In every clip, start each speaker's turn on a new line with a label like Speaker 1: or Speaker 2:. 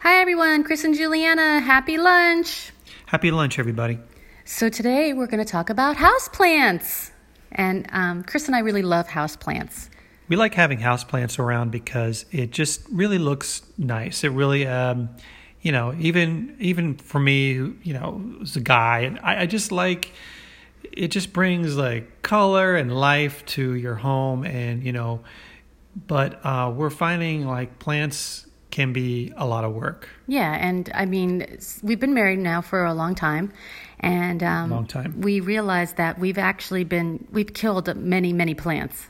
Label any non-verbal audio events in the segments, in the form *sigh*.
Speaker 1: Hi, everyone. Chris and Juliana. Happy lunch.
Speaker 2: Happy lunch, everybody.
Speaker 1: So, today we're going to talk about houseplants. And um, Chris and I really love houseplants.
Speaker 2: We like having houseplants around because it just really looks nice. It really, um, you know, even even for me, you know, as a guy, and I, I just like it. Just brings like color and life to your home, and you know, but uh, we're finding like plants can be a lot of work.
Speaker 1: Yeah, and I mean, s- we've been married now for a long time. And um,
Speaker 2: Long time.
Speaker 1: we realized that we've actually been, we've killed many, many plants.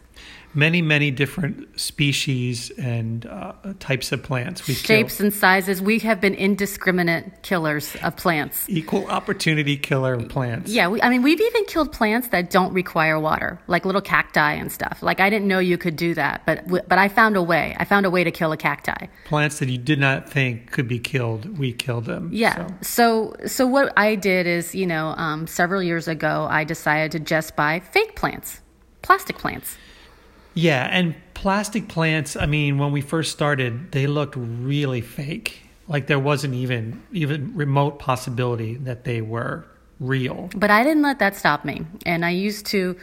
Speaker 2: Many many different species and uh, types of plants. We
Speaker 1: Shapes and sizes. We have been indiscriminate killers of plants.
Speaker 2: equal opportunity killer of plants.
Speaker 1: Yeah, we, I mean, we've even killed plants that don't require water, like little cacti and stuff. Like I didn't know you could do that, but w- but I found a way. I found a way to kill a cacti.
Speaker 2: plants that you did not think could be killed, we killed them.
Speaker 1: Yeah.
Speaker 2: So,
Speaker 1: So so, what I did is, you know, um, several years ago, I decided to just buy fake plants, plastic plants.
Speaker 2: yeah, and plastic plants, I mean, when we first started, they looked really fake. Like there wasn't even even remote possibility that they were real.
Speaker 1: But I didn't let that stop me. And I used to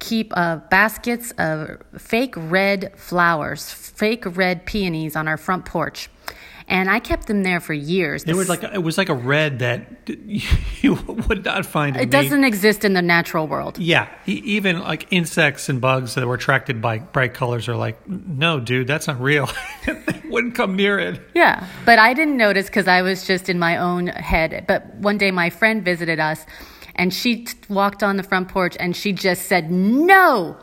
Speaker 1: keep uh, baskets of fake red flowers, fake red peonies on our front porch. And I kept them there for years.
Speaker 2: It was like it was like a red that *laughs* you would not find. in
Speaker 1: it
Speaker 2: nature.
Speaker 1: doesn't exist in the natural world.
Speaker 2: Yeah, e- even like insects and bugs that were attracted by bright colors are like, no, dude, that's not real. *laughs* they wouldn't come near it.
Speaker 1: Yeah, but I didn't notice because I was just in my own head. But one day my friend visited us and she t- walked on the front porch and she just said, No,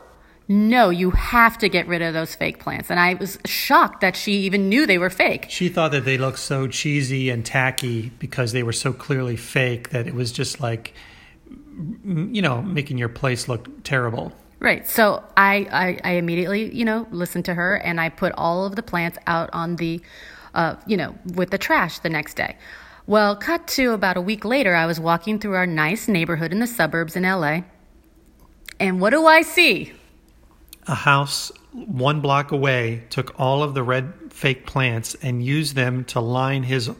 Speaker 1: no, you have to get rid of those fake plants. And I was shocked that she even knew they were fake.
Speaker 2: She thought that they looked so cheesy and tacky because they were so clearly fake that it was just like, m- you know, making your place look terrible.
Speaker 1: Right. So I, I, I immediately, you know, listened to her and I put all of the plants out on the, uh, you know, with the trash the next day. Well, cut to about a week later, I was walking through our nice neighborhood in the suburbs in LA. And what do I see?
Speaker 2: A house one block away took all of the red fake plants and used them to line his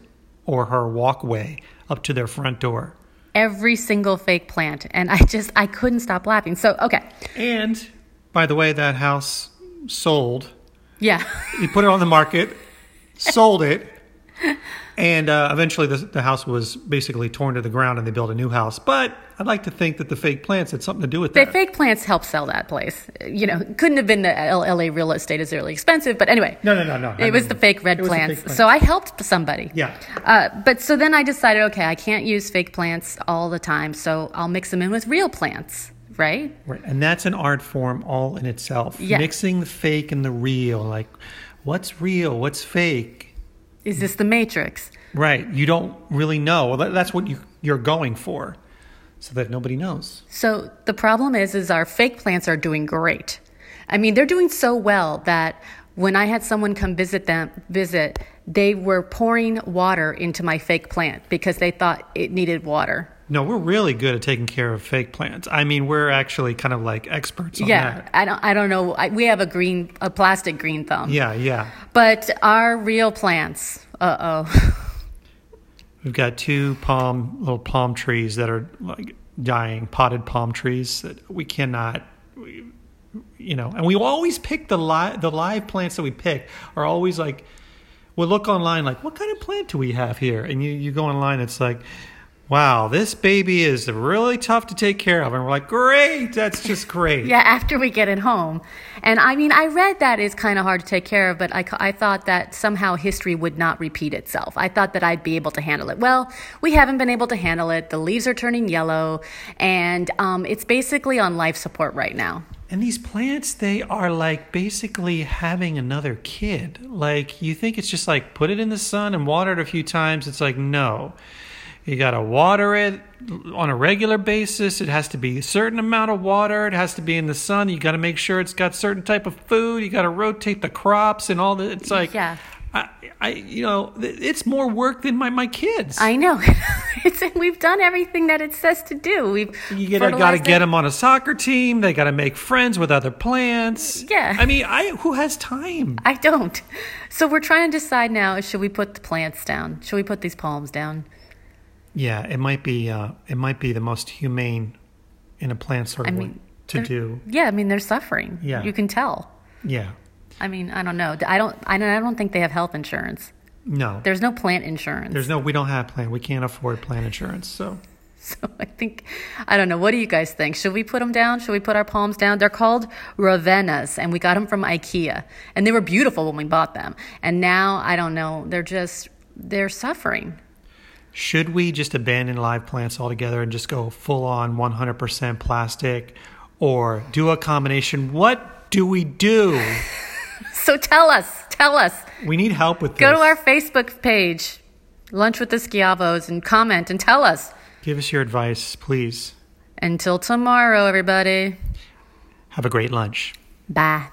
Speaker 2: or her walkway up to their front door.
Speaker 1: Every single fake plant. And I just, I couldn't stop laughing. So, okay.
Speaker 2: And by the way, that house sold.
Speaker 1: Yeah. *laughs*
Speaker 2: He put it on the market, sold it, and uh, eventually the, the house was basically torn to the ground and they built a new house. But I'd like to think that the fake plants had something to do with
Speaker 1: the
Speaker 2: that.
Speaker 1: fake plants helped sell that place. You know, couldn't have been the L- LA real estate is really expensive. But anyway.
Speaker 2: no, no, no, no.
Speaker 1: It was the fake red
Speaker 2: It was the fake
Speaker 1: plants.
Speaker 2: plants.
Speaker 1: So I helped somebody.
Speaker 2: Yeah.
Speaker 1: Uh, but so then I decided, okay, I can't use fake plants all the time, so I'll mix them in with real plants, right?
Speaker 2: Right. And that's an art form all in itself.
Speaker 1: Yeah.
Speaker 2: Mixing the fake and the real. Like, what's real? What's fake?
Speaker 1: Is this the matrix?
Speaker 2: Right. You don't really know. Well, that, that's what you, you're going for so that nobody knows.
Speaker 1: So the problem is, is our fake plants are doing great. I mean, they're doing so well that when I had someone come visit them, visit, they were pouring water into my fake plant because they thought it needed water.
Speaker 2: No, we're really good at taking care of fake plants. I mean, we're actually kind of like experts on
Speaker 1: yeah,
Speaker 2: that.
Speaker 1: I don't, I don't know. I, we have a green, a plastic green thumb.
Speaker 2: Yeah, yeah.
Speaker 1: But our real plants, uh *laughs* oh.
Speaker 2: We've got two palm little palm trees that are like dying, potted palm trees that we cannot, we, you know. And we always pick the live the live plants that we pick are always like we look online like what kind of plant do we have here? And you you go online, it's like. Wow, this baby is really tough to take care of. And we're like, great, that's just great.
Speaker 1: Yeah, after we get it home. And I mean, I read that is kind of hard to take care of, but I, I thought that somehow history would not repeat itself. I thought that I'd be able to handle it. Well, we haven't been able to handle it. The leaves are turning yellow, and um, it's basically on life support right now.
Speaker 2: And these plants, they are like basically having another kid. Like you think it's just like put it in the sun and water it a few times. It's like no, you gotta water it on a regular basis. It has to be a certain amount of water. It has to be in the sun. You gotta make sure it's got certain type of food. You gotta rotate the crops and all that. It's like
Speaker 1: Yeah.
Speaker 2: I, I you know, th- it's more work than my my kids.
Speaker 1: I know. *laughs* it's, we've done everything that it says to do. We've
Speaker 2: you gotta, gotta
Speaker 1: fertilized
Speaker 2: get
Speaker 1: it.
Speaker 2: them on a soccer team. They gotta make friends with other plants.
Speaker 1: Yeah.
Speaker 2: I mean, I who has time?
Speaker 1: I don't. So we're trying to decide now: should we put the plants down? Should we put these palms down?
Speaker 2: Yeah, it might be uh, it might be the most humane in a plant sort of
Speaker 1: I
Speaker 2: way
Speaker 1: mean,
Speaker 2: to
Speaker 1: they're-
Speaker 2: do.
Speaker 1: Yeah, I mean they're suffering.
Speaker 2: Yeah.
Speaker 1: you can tell.
Speaker 2: Yeah.
Speaker 1: I mean, I don't know. I don't. I don't. I don't think they have health insurance.
Speaker 2: No.
Speaker 1: There's no plant insurance.
Speaker 2: There's no we don't have plant. We can't afford plant insurance. So
Speaker 1: *laughs* So I think, I don't know. What do you guys think? Should we put them down? Should we put our palms down? They're called Ravennas, and we got them from IKEA, and they were beautiful when we bought them. And now I don't know. They're just they're suffering. *laughs*
Speaker 2: should we just abandon live plants altogether and just go full on 100% plastic or do a combination? What do we do?
Speaker 1: So tell us, tell us.
Speaker 2: We need help with this.
Speaker 1: Go to our Facebook page, Lunch with the Schiavos, and comment and tell us.
Speaker 2: Give us your advice, please.
Speaker 1: Until tomorrow, everybody.
Speaker 2: Have a great lunch.
Speaker 1: Bye.